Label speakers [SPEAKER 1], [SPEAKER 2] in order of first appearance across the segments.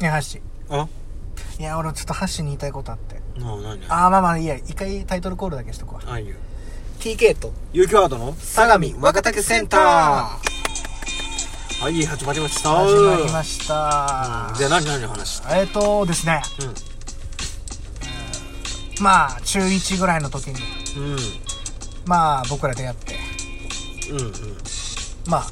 [SPEAKER 1] いや、ハッシ
[SPEAKER 2] あ
[SPEAKER 1] ー。いや、俺ちょっとハッシーに言いたいことあって。
[SPEAKER 2] なあ何
[SPEAKER 1] あー、まあまあいいや。一回タイトルコールだけしとくわ。
[SPEAKER 2] あいいよ
[SPEAKER 1] TK と、
[SPEAKER 2] 有機ワードの
[SPEAKER 1] 相模若竹センタ
[SPEAKER 2] ーはい始まりました
[SPEAKER 1] ー始まりま
[SPEAKER 2] し
[SPEAKER 1] した
[SPEAKER 2] じゃあ何何の話
[SPEAKER 1] えっ、ー、とですね、
[SPEAKER 2] う
[SPEAKER 1] まあ、中1ぐらいの時に、
[SPEAKER 2] んうん
[SPEAKER 1] まあ、僕ら出会って、
[SPEAKER 2] うんうん
[SPEAKER 1] まあ、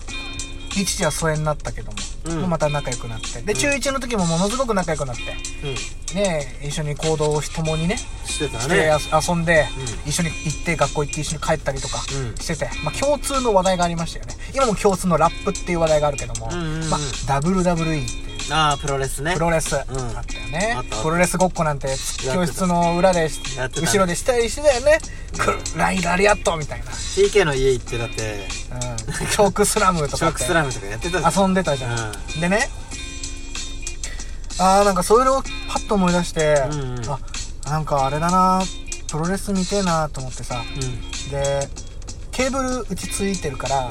[SPEAKER 1] 一時は疎遠になったけども、
[SPEAKER 2] うん
[SPEAKER 1] もうまた仲良くなって。で、中1の時もものすごく仲良くなって、
[SPEAKER 2] うん
[SPEAKER 1] ねえ、一緒に行動を共にね、
[SPEAKER 2] してた
[SPEAKER 1] して
[SPEAKER 2] ね
[SPEAKER 1] 遊遊んで、
[SPEAKER 2] う
[SPEAKER 1] 一緒に行って学校行って一緒に帰ったりとか
[SPEAKER 2] うん
[SPEAKER 1] してて、まあ、共通の話題がありましたよね今も共通のラップっていう話題があるけども、
[SPEAKER 2] うんうんうん
[SPEAKER 1] まあ、WWE っていう
[SPEAKER 2] ああプロレスね
[SPEAKER 1] プロレス、
[SPEAKER 2] ん
[SPEAKER 1] あったよね
[SPEAKER 2] あったあった
[SPEAKER 1] プロレスごっこなんて
[SPEAKER 2] た
[SPEAKER 1] 教室の裏でし
[SPEAKER 2] やってたね
[SPEAKER 1] 後ろでしたりしてたよね「ライラリアット」みたいな、
[SPEAKER 2] TK の家行ってだって
[SPEAKER 1] うん、チョークスラムと
[SPEAKER 2] シ
[SPEAKER 1] か
[SPEAKER 2] ョ
[SPEAKER 1] っ
[SPEAKER 2] ック
[SPEAKER 1] て
[SPEAKER 2] スラムとかやってたじゃん
[SPEAKER 1] 遊んでたじゃん、でねあーなんかそれをパッと思い出して、
[SPEAKER 2] うんうん
[SPEAKER 1] あなんかあれだなプロレス見てえなと思ってさ
[SPEAKER 2] うん
[SPEAKER 1] でケーブルうちついてるから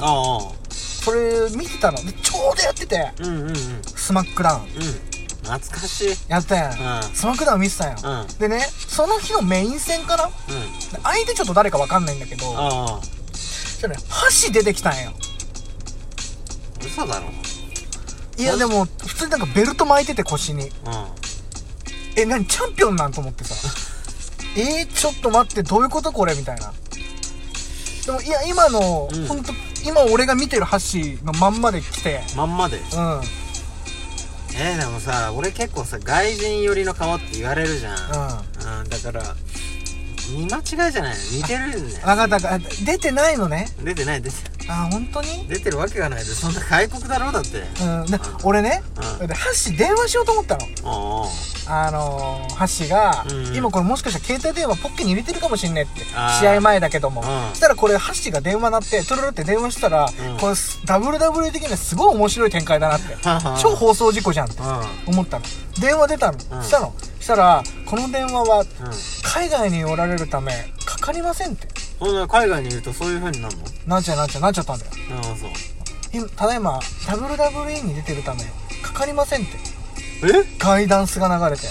[SPEAKER 2] ああ
[SPEAKER 1] それ見てたのでちょうどやってて
[SPEAKER 2] うんうんうんうん
[SPEAKER 1] スマックダウン
[SPEAKER 2] 懐かしい
[SPEAKER 1] やったやん、
[SPEAKER 2] うん
[SPEAKER 1] スマックダウン見てたやん、
[SPEAKER 2] うん
[SPEAKER 1] でねその日のメイン戦かなで
[SPEAKER 2] うん
[SPEAKER 1] 相手ちょっと誰かわかんないんだけどそ
[SPEAKER 2] ああ
[SPEAKER 1] したらね箸出てきたんよ
[SPEAKER 2] 嘘だろうん
[SPEAKER 1] いや
[SPEAKER 2] マ
[SPEAKER 1] で
[SPEAKER 2] ジ
[SPEAKER 1] も普通になんかベルト巻いてて腰にえ何チャンピオンなんと思って さえー、ちょっと待ってどういうことこれみたいなでもいや今の、
[SPEAKER 2] うん
[SPEAKER 1] ほんと今俺が見てる箸のまんまで来て
[SPEAKER 2] まんまで
[SPEAKER 1] うん
[SPEAKER 2] えー、でもさ俺結構さ外人寄りの顔って言われるじゃん、うんだから見間違いじゃないの似てるんだよ
[SPEAKER 1] わかったわかった出てないのね
[SPEAKER 2] 出てない出て
[SPEAKER 1] あ本当に
[SPEAKER 2] 出てるわけがないでそんな外国だろうだって
[SPEAKER 1] うんで俺ね、
[SPEAKER 2] う
[SPEAKER 1] でハッシー電話しようと思ったの
[SPEAKER 2] おうおう
[SPEAKER 1] あのー、ハッシーが、
[SPEAKER 2] うんうん
[SPEAKER 1] 今これもしかしたら携帯電話ポッケに入れてるかもしんねえって
[SPEAKER 2] あー
[SPEAKER 1] 試合前だけども、
[SPEAKER 2] うん
[SPEAKER 1] したらこれハッシーが電話鳴ってトロロって電話したら、
[SPEAKER 2] うん
[SPEAKER 1] これ WW 的にはすごい面白い展開だな って
[SPEAKER 2] はは
[SPEAKER 1] 超放送事故じゃんって
[SPEAKER 2] う
[SPEAKER 1] 思ったの電話出たの、
[SPEAKER 2] うん
[SPEAKER 1] したのしたらこの電話は
[SPEAKER 2] んうん
[SPEAKER 1] 海外におられるためかかりませんって
[SPEAKER 2] そんな海外にいるとそういう風になるの
[SPEAKER 1] なんちゃなんちゃなんちゃったんだよ
[SPEAKER 2] ああそう
[SPEAKER 1] 今ただいま WWE に出てるためかかりませんって
[SPEAKER 2] え
[SPEAKER 1] ガイダンスが流れて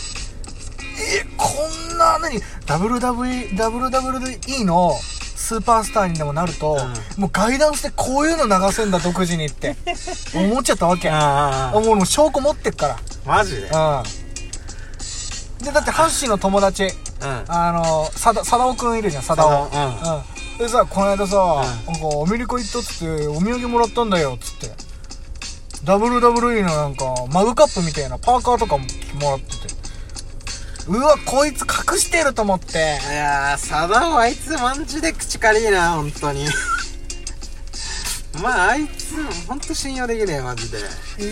[SPEAKER 1] えこんな何 WWE WWE のスーパースターにでもなると、もうガイダンスでこういうの流せんだ独自にって 思っちゃったわけ
[SPEAKER 2] あ
[SPEAKER 1] もうもう証拠持ってっか
[SPEAKER 2] マジでうん
[SPEAKER 1] らうんでだって阪神の友達あのさだ貞くんいるじゃん貞夫
[SPEAKER 2] 貞夫うん
[SPEAKER 1] うんでさこの間さ、なんかアメリカ行ったっつってお土産もらったんだよっつって WWE のなんかマグカップみたいなパーカーとかももらっててうわこいつ隠してると思って
[SPEAKER 2] いやーサダあいつマジで口軽いな本当にまああいつ本当信用できねえマジで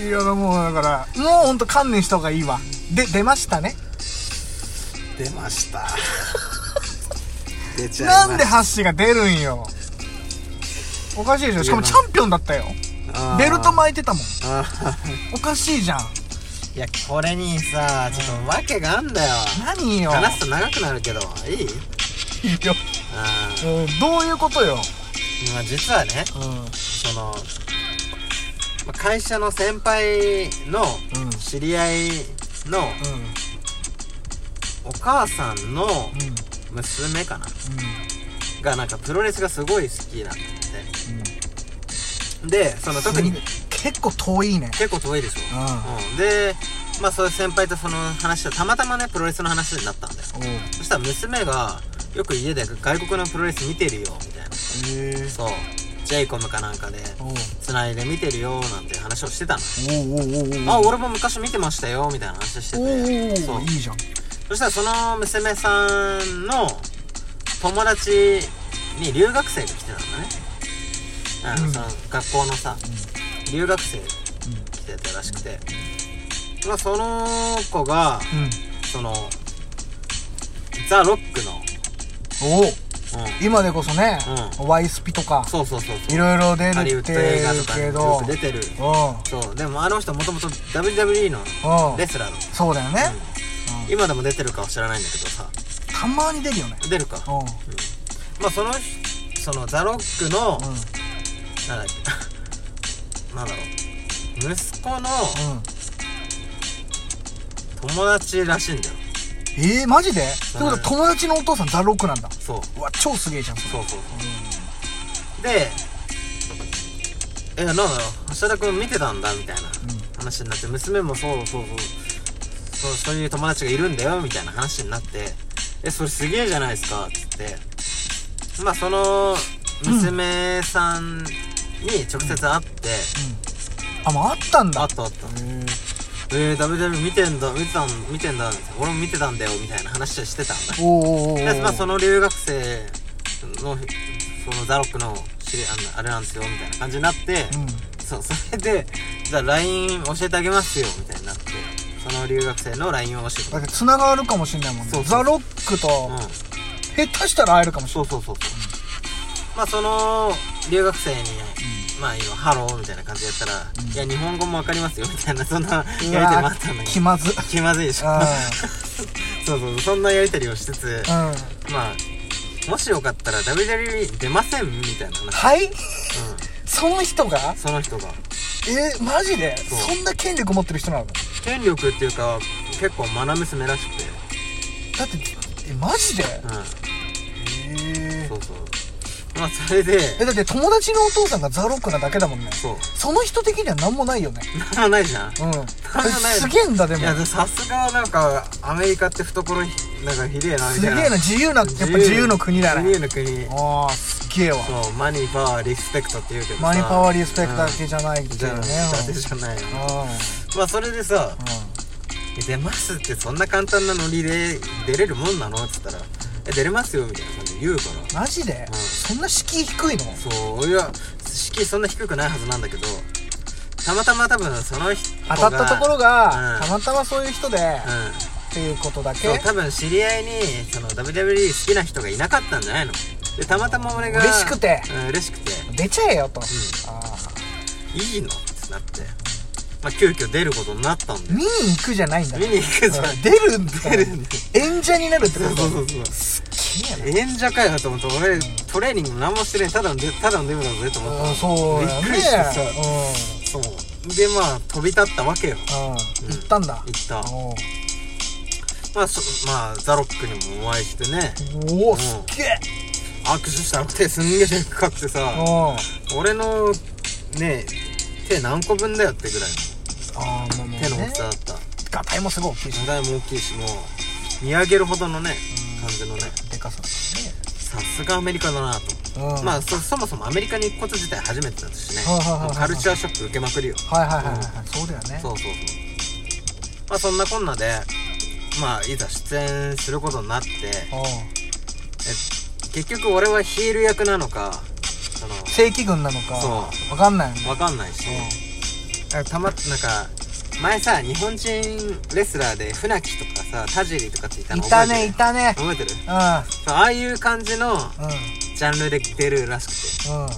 [SPEAKER 1] いやもうだからもうほんと観念した方がいいわで出ましたね
[SPEAKER 2] 出ました出ちゃいました
[SPEAKER 1] なんでハッシーが出るんよおかしいでしょしかもチャンピオンだったよ
[SPEAKER 2] あー
[SPEAKER 1] ベルト巻いてたもん
[SPEAKER 2] あー
[SPEAKER 1] おかしいじゃん
[SPEAKER 2] いやこれにさちょっと訳があんだよ
[SPEAKER 1] 何よ
[SPEAKER 2] 話すと長くなるけどいい
[SPEAKER 1] いいよ
[SPEAKER 2] あー
[SPEAKER 1] うんどういうことよ
[SPEAKER 2] まあ実はね
[SPEAKER 1] う
[SPEAKER 2] そのまあ会社の先輩の
[SPEAKER 1] うん
[SPEAKER 2] 知り合い
[SPEAKER 1] ん
[SPEAKER 2] の
[SPEAKER 1] うん
[SPEAKER 2] お母さんの
[SPEAKER 1] うんうん
[SPEAKER 2] 娘かながなんかプロレスがすごい好きなんだっ
[SPEAKER 1] うん
[SPEAKER 2] てでその特に
[SPEAKER 1] 結構遠いね
[SPEAKER 2] 結構遠いでしょ、
[SPEAKER 1] う
[SPEAKER 2] うんでまあそういう先輩とその話をたまたまねプロレスの話になったんだよ
[SPEAKER 1] おへ
[SPEAKER 2] そしたら娘がよく家で外国のプロレス見てるよみたいな
[SPEAKER 1] え
[SPEAKER 2] そうジェイコムかなんかで
[SPEAKER 1] おう
[SPEAKER 2] 繋いで見てるよなんて話をしてたの
[SPEAKER 1] おうおうおうおう
[SPEAKER 2] あ俺も昔見てましたよみたいな話して
[SPEAKER 1] おうおう
[SPEAKER 2] て
[SPEAKER 1] お
[SPEAKER 2] そうう
[SPEAKER 1] いいじゃん
[SPEAKER 2] そしたらその娘さんの友達に留学生が来てたんだね、うん
[SPEAKER 1] うん
[SPEAKER 2] その学校のさ、留学生来てたらしくて、まあ、その子が
[SPEAKER 1] うん
[SPEAKER 2] そのザ・ロックの、
[SPEAKER 1] おお
[SPEAKER 2] うん、
[SPEAKER 1] 今でこそねワイスピとか
[SPEAKER 2] そうそうそうそう
[SPEAKER 1] いろいろ出る
[SPEAKER 2] ハリウ
[SPEAKER 1] っ
[SPEAKER 2] ッ
[SPEAKER 1] て
[SPEAKER 2] ド映画とかに
[SPEAKER 1] け
[SPEAKER 2] よ
[SPEAKER 1] ど
[SPEAKER 2] く出てる
[SPEAKER 1] うん
[SPEAKER 2] そうでもあの人もともと WWE の
[SPEAKER 1] うん
[SPEAKER 2] レスラーの
[SPEAKER 1] そうだよねうん
[SPEAKER 2] 今でも出てるかは知らないんだけどさ
[SPEAKER 1] たまに出るよね
[SPEAKER 2] 出るか
[SPEAKER 1] うん
[SPEAKER 2] まあそのそのザ・ロックの、
[SPEAKER 1] うん
[SPEAKER 2] なんだっ けなんだろう息子の
[SPEAKER 1] うん
[SPEAKER 2] 友達らしいんだよ
[SPEAKER 1] えー、マジでって
[SPEAKER 2] う
[SPEAKER 1] こ
[SPEAKER 2] ん
[SPEAKER 1] とは友達のお父さんザ・ロックなんだ
[SPEAKER 2] そう
[SPEAKER 1] うわ超すげえじゃんそれ
[SPEAKER 2] そうそうそうで「えなんだよ橋田君見てたんだ」みたいな話になって娘もそうそうそうそうそういう友達がいるんだよみたいな話になって「えそれすげえじゃないですか」っつってまあその娘さんに直接会って、
[SPEAKER 1] あもうあったん
[SPEAKER 2] あ
[SPEAKER 1] だ
[SPEAKER 2] ったあった
[SPEAKER 1] へー
[SPEAKER 2] 「えー、WW 見てんだ見てたん見てんだ」みたいな俺も見てたんだよみたいな話をしてたんだ
[SPEAKER 1] おーおーおー
[SPEAKER 2] でまあその留学生のそのザロックの知りあのあれなんですよみたいな感じになって、
[SPEAKER 1] うん
[SPEAKER 2] そうそれでじゃあ LINE 教えてあげますよみたいになってその留学生の LINE を教えて
[SPEAKER 1] だって繋がるかもしんないもん
[SPEAKER 2] そ
[SPEAKER 1] ね
[SPEAKER 2] うそう
[SPEAKER 1] ザ・ロックと
[SPEAKER 2] うん
[SPEAKER 1] 下手したら会えるかもしん
[SPEAKER 2] そ
[SPEAKER 1] な
[SPEAKER 2] うそうそうそうまあその留学生にまあ今ハローみたいな感じでやったら、
[SPEAKER 1] ん
[SPEAKER 2] いや日本語もわかりますよみたいなそんなやり
[SPEAKER 1] い
[SPEAKER 2] とり
[SPEAKER 1] う
[SPEAKER 2] もあ
[SPEAKER 1] わ
[SPEAKER 2] ったんだ
[SPEAKER 1] ー
[SPEAKER 2] け
[SPEAKER 1] 気
[SPEAKER 2] ど
[SPEAKER 1] まずうん
[SPEAKER 2] 気まずいでしょ そうそうそんなやりとりをしつつ
[SPEAKER 1] は
[SPEAKER 2] まあもしよかったら WWE 出ませんみたいな話、
[SPEAKER 1] いその人が
[SPEAKER 2] うん、その人が
[SPEAKER 1] えー、マジで
[SPEAKER 2] そ
[SPEAKER 1] そ
[SPEAKER 2] う
[SPEAKER 1] んな権力持ってる人なのだ
[SPEAKER 2] 権力っていうか結構愛娘らしくて
[SPEAKER 1] ってえマジで
[SPEAKER 2] うん
[SPEAKER 1] え
[SPEAKER 2] そうそうまあそれで
[SPEAKER 1] えだって友達のお父さんがザ・ロックなだけだもんね
[SPEAKER 2] そう
[SPEAKER 1] その人的には何もないよね
[SPEAKER 2] なんもないじゃん
[SPEAKER 1] うん
[SPEAKER 2] ない
[SPEAKER 1] すげえんだでも
[SPEAKER 2] いやでもさすがなんかアメリカって懐ひなんかひでえなみ
[SPEAKER 1] す
[SPEAKER 2] た
[SPEAKER 1] げ
[SPEAKER 2] い
[SPEAKER 1] え
[SPEAKER 2] な
[SPEAKER 1] な自由なやっぱ自由の国だ
[SPEAKER 2] 自
[SPEAKER 1] ね
[SPEAKER 2] 由の国
[SPEAKER 1] ああすげえわ
[SPEAKER 2] そうマニーパワーリスペクトって言うけどさ
[SPEAKER 1] マニパワーリスペクトだ
[SPEAKER 2] うん
[SPEAKER 1] けじゃないって
[SPEAKER 2] じ
[SPEAKER 1] い
[SPEAKER 2] ゃ
[SPEAKER 1] う
[SPEAKER 2] あ
[SPEAKER 1] ね
[SPEAKER 2] だてじゃないよまあそれでさ「出ます」ってそんな簡単なノリで出れるもんなのって言ったら「え出れますよ」みたいな感じで言うから
[SPEAKER 1] うんマジで
[SPEAKER 2] うん
[SPEAKER 1] そんな敷居低いの
[SPEAKER 2] そういや敷居そんな低くないはずなんだけどたまたま多分その人が
[SPEAKER 1] 当たったところが
[SPEAKER 2] うん
[SPEAKER 1] たまたまそういう人で
[SPEAKER 2] う
[SPEAKER 1] っ
[SPEAKER 2] ん
[SPEAKER 1] ていうことだけ
[SPEAKER 2] そう多分知り合いにその WWE 好きな人がいなかったんじゃないのでたまたま俺が
[SPEAKER 1] 嬉しくて
[SPEAKER 2] うん、嬉しくて
[SPEAKER 1] 出ちゃえよと
[SPEAKER 2] ん
[SPEAKER 1] あー
[SPEAKER 2] いいのってなってまあ急遽出ることになったんで
[SPEAKER 1] 見に行くじゃないんだ
[SPEAKER 2] 見に行くじゃん
[SPEAKER 1] うん出るんだ
[SPEAKER 2] 出るんで
[SPEAKER 1] 演者になるってこ
[SPEAKER 2] そう
[SPEAKER 1] と
[SPEAKER 2] そうそうそう
[SPEAKER 1] すげえな
[SPEAKER 2] 演者かよと思って俺トレーニングも何もしてねえただのでただのデブだぜと思った
[SPEAKER 1] うんそう
[SPEAKER 2] び
[SPEAKER 1] や
[SPEAKER 2] っ
[SPEAKER 1] ね
[SPEAKER 2] くりしてさ
[SPEAKER 1] う
[SPEAKER 2] そうでまあ飛び立ったわけよ
[SPEAKER 1] んうん
[SPEAKER 2] うん
[SPEAKER 1] 行ったんだ
[SPEAKER 2] 行った
[SPEAKER 1] おー
[SPEAKER 2] まあそまあザロックにもお会いしてね
[SPEAKER 1] お
[SPEAKER 2] う
[SPEAKER 1] お
[SPEAKER 2] ん
[SPEAKER 1] すっげえ
[SPEAKER 2] 握手したら手すんげえでっかくてさ
[SPEAKER 1] うん
[SPEAKER 2] 俺のね手何個分だよってぐらい
[SPEAKER 1] あーまあもう
[SPEAKER 2] 手の大
[SPEAKER 1] ね
[SPEAKER 2] きさだった
[SPEAKER 1] ガタイもすごい大きいし
[SPEAKER 2] 土台も大きいしもう見上げるほどのね
[SPEAKER 1] うん
[SPEAKER 2] 感じのね
[SPEAKER 1] でかさだ
[SPEAKER 2] さすがアメリカだなと、
[SPEAKER 1] ねうん
[SPEAKER 2] まあそそもそもアメリカに行くこと自体初めてだったしね
[SPEAKER 1] はいはいはいはい
[SPEAKER 2] もうカルチャーショック受けまくりよ
[SPEAKER 1] はいはいはいはいそうだよね
[SPEAKER 2] そうそうそうまあそんなこんなでまあいざ出演することになって
[SPEAKER 1] うん
[SPEAKER 2] 結局俺はヒール役なのかその
[SPEAKER 1] 正規軍なのかわ
[SPEAKER 2] そ
[SPEAKER 1] かんないよね
[SPEAKER 2] わかんないし、あたまなんか前さ日本人レスラーで船木とかさ田尻とかっていた
[SPEAKER 1] うん
[SPEAKER 2] の
[SPEAKER 1] いた
[SPEAKER 2] 覚え
[SPEAKER 1] ね
[SPEAKER 2] て
[SPEAKER 1] い
[SPEAKER 2] る
[SPEAKER 1] たね
[SPEAKER 2] 覚えてる
[SPEAKER 1] うん
[SPEAKER 2] そうああいう感じの
[SPEAKER 1] う
[SPEAKER 2] ジャンルで出るらしく
[SPEAKER 1] んうん
[SPEAKER 2] てうん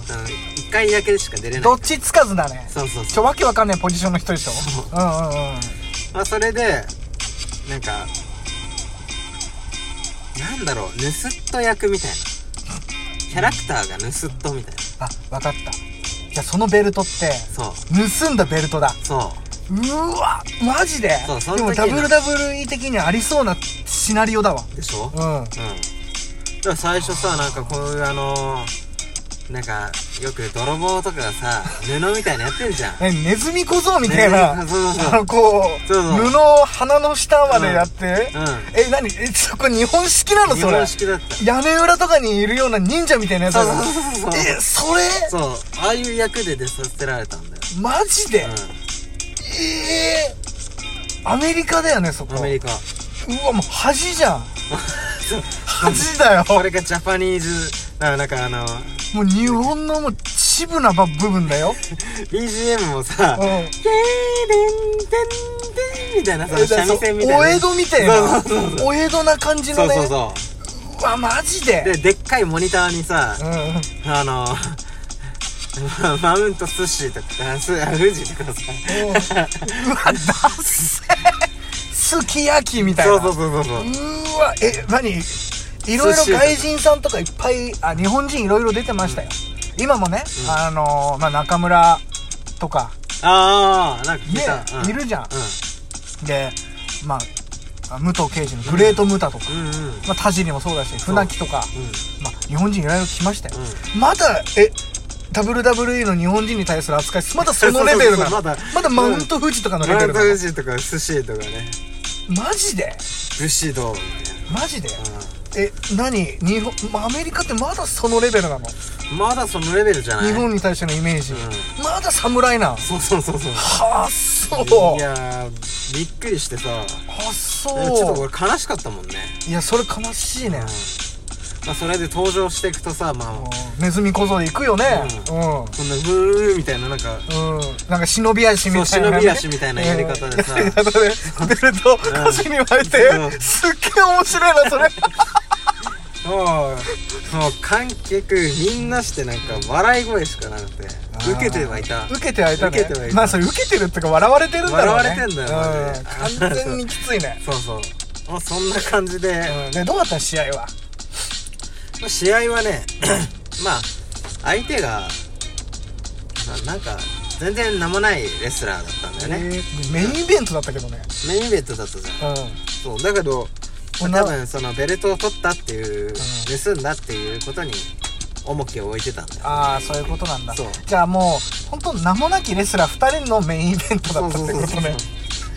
[SPEAKER 2] 一回だけしか出れない
[SPEAKER 1] どっちつかずだね
[SPEAKER 2] そうそう
[SPEAKER 1] ち
[SPEAKER 2] そう
[SPEAKER 1] ょわけわかんないポジションの人でしょ
[SPEAKER 2] そう
[SPEAKER 1] うんうんうん
[SPEAKER 2] まあそれでなんかなんだろう盗っ人役みたいなキャラクターが盗っ人みたいな
[SPEAKER 1] あわかったじゃあそのベルトって
[SPEAKER 2] そう
[SPEAKER 1] 盗んだベルトだ
[SPEAKER 2] そう
[SPEAKER 1] ーわマジで
[SPEAKER 2] そうその
[SPEAKER 1] でも
[SPEAKER 2] 時の
[SPEAKER 1] WWE 的にはありそうなシナリオだわ
[SPEAKER 2] うでしょ
[SPEAKER 1] うん
[SPEAKER 2] うんだから最初さなんかこういうあのー、なんかよく泥棒とかがさ布みたいなやってんじゃん
[SPEAKER 1] えネズミ小僧み たいな、
[SPEAKER 2] ねそうそう
[SPEAKER 1] あ
[SPEAKER 2] そう
[SPEAKER 1] のこう
[SPEAKER 2] そうそう
[SPEAKER 1] 布を鼻の下までやって、
[SPEAKER 2] うんうん
[SPEAKER 1] え何えそこ日本式なの
[SPEAKER 2] 日
[SPEAKER 1] それ
[SPEAKER 2] 本式だった
[SPEAKER 1] 屋根裏とかにいるような忍者みたいなやつだ
[SPEAKER 2] そう
[SPEAKER 1] な
[SPEAKER 2] そうそうそう
[SPEAKER 1] えそれ
[SPEAKER 2] そうああいう役で出させられたんだよ、
[SPEAKER 1] マジで、えーアメリカだよねそこ
[SPEAKER 2] うん、アメリカ
[SPEAKER 1] うわもう恥じゃん恥だよ
[SPEAKER 2] これがジャパニーズあなんかあの
[SPEAKER 1] もう日本のもうチブな部分だよ
[SPEAKER 2] BGM もさ
[SPEAKER 1] うん
[SPEAKER 2] 「テレンテンテン」みたいなさ三味線みたいな
[SPEAKER 1] お江戸みたいな
[SPEAKER 2] そうそうそう
[SPEAKER 1] お江戸な感じ
[SPEAKER 2] そ
[SPEAKER 1] の
[SPEAKER 2] う
[SPEAKER 1] ね
[SPEAKER 2] そうそう
[SPEAKER 1] わマジで
[SPEAKER 2] うででっかいモニターにさ
[SPEAKER 1] うん
[SPEAKER 2] あの マウント寿司とかすあ富士とかさ
[SPEAKER 1] うわ、ダッセすき焼きみたいな。
[SPEAKER 2] そうそうそうそうそうう
[SPEAKER 1] ーわ、え、何いろいろ外人さんとかいっぱい、あ、日本人いろいろ出てましたよ。今もね、
[SPEAKER 2] うん
[SPEAKER 1] あのーまあ、中村とか、
[SPEAKER 2] ああなんか聞い
[SPEAKER 1] ね
[SPEAKER 2] た、、うん
[SPEAKER 1] いるじゃん。
[SPEAKER 2] う
[SPEAKER 1] で、まあ、あ武藤刑事のグレート・ムタとか、
[SPEAKER 2] うんうんうん
[SPEAKER 1] まあ、田尻もそうだし船木とか、まあ、日本人いろいろ来ましたよ、まだえ WWE の日本人に対する扱いまだそのレベルなの
[SPEAKER 2] そうそうそうまだ
[SPEAKER 1] まだマウント富士とかのレベルなの
[SPEAKER 2] ランジとか寿司とかね
[SPEAKER 1] マジで
[SPEAKER 2] 武士道みたい
[SPEAKER 1] マジで
[SPEAKER 2] な、
[SPEAKER 1] え何日本、まあアメリカってまだそのレベルなの
[SPEAKER 2] うん、まだそのレベルじゃない
[SPEAKER 1] 日本に対してのイメージ、
[SPEAKER 2] う
[SPEAKER 1] まだ侍なん
[SPEAKER 2] そうそうそうそう
[SPEAKER 1] はあそう
[SPEAKER 2] いやーびっくりしてさち
[SPEAKER 1] あ
[SPEAKER 2] ょっと
[SPEAKER 1] そ
[SPEAKER 2] 俺悲しかったもんね、
[SPEAKER 1] ういやそれ悲しいね、
[SPEAKER 2] まあ、それで登場していくとさまあ
[SPEAKER 1] もうネズミ小僧で行くよねうん、
[SPEAKER 2] こんなブーみたいななんか
[SPEAKER 1] うん、なんか忍び足みたいな、ね、
[SPEAKER 2] そう忍び足みたいなやり 方でさ
[SPEAKER 1] うんやり方でベルトを腰に巻いて、
[SPEAKER 2] うん
[SPEAKER 1] すっげえ面白いなそれ
[SPEAKER 2] もうもう観客みんなしてなんか笑い声しかなくて受けてはいた
[SPEAKER 1] 受けてはいたね
[SPEAKER 2] 受けてはいた
[SPEAKER 1] まあそれ受けてるってか笑われてるんだろうね
[SPEAKER 2] 笑われてんだよマジ
[SPEAKER 1] う
[SPEAKER 2] で
[SPEAKER 1] ん、完全にきついね、
[SPEAKER 2] そうそうまあそんな感じで、
[SPEAKER 1] うん、でどうだったの試合は
[SPEAKER 2] まあ試合はね まあ相手が、まあ、なんか全然名もないレスラーだったんだよね、
[SPEAKER 1] えーメインイベントだったけどね
[SPEAKER 2] メインイベントだったじゃん
[SPEAKER 1] うん
[SPEAKER 2] そうだけどまあ
[SPEAKER 1] 女
[SPEAKER 2] 多分そのベルトを取ったっていう、盗んだっていうことに重きを置いてたんだよ
[SPEAKER 1] ああそういうことなんだ
[SPEAKER 2] そう
[SPEAKER 1] じゃあもう本当名もなきレスラー2人のメインイベントだったってことね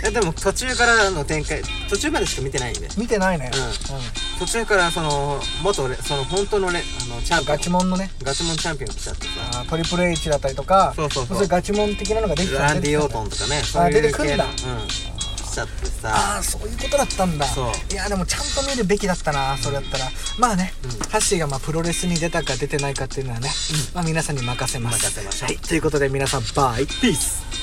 [SPEAKER 2] えでも途中からの展開途中までしか見てないんで
[SPEAKER 1] 見てないね、
[SPEAKER 2] うん途中からその元レその本当のレあのチャンピオ
[SPEAKER 1] ガ
[SPEAKER 2] ン
[SPEAKER 1] チモンのね
[SPEAKER 2] ガチモンチャンピオン来ちゃってさ
[SPEAKER 1] あートリプル H だったりとか
[SPEAKER 2] そうそうそう
[SPEAKER 1] れガチモン的なのができた
[SPEAKER 2] ランディ・オート
[SPEAKER 1] ン
[SPEAKER 2] ンとかねそういう系
[SPEAKER 1] 出てくんだ
[SPEAKER 2] のうん来ちゃって
[SPEAKER 1] あ
[SPEAKER 2] さ
[SPEAKER 1] あそういうことだったんだ
[SPEAKER 2] そう
[SPEAKER 1] いやでもちゃんと見るべきだったなそれだったらまあね、ハッシーがまあプロレスに出たか出てないかっていうのはね、まあ皆さんに任せます
[SPEAKER 2] 任せましょう
[SPEAKER 1] はいということで皆さんバイ
[SPEAKER 2] ピース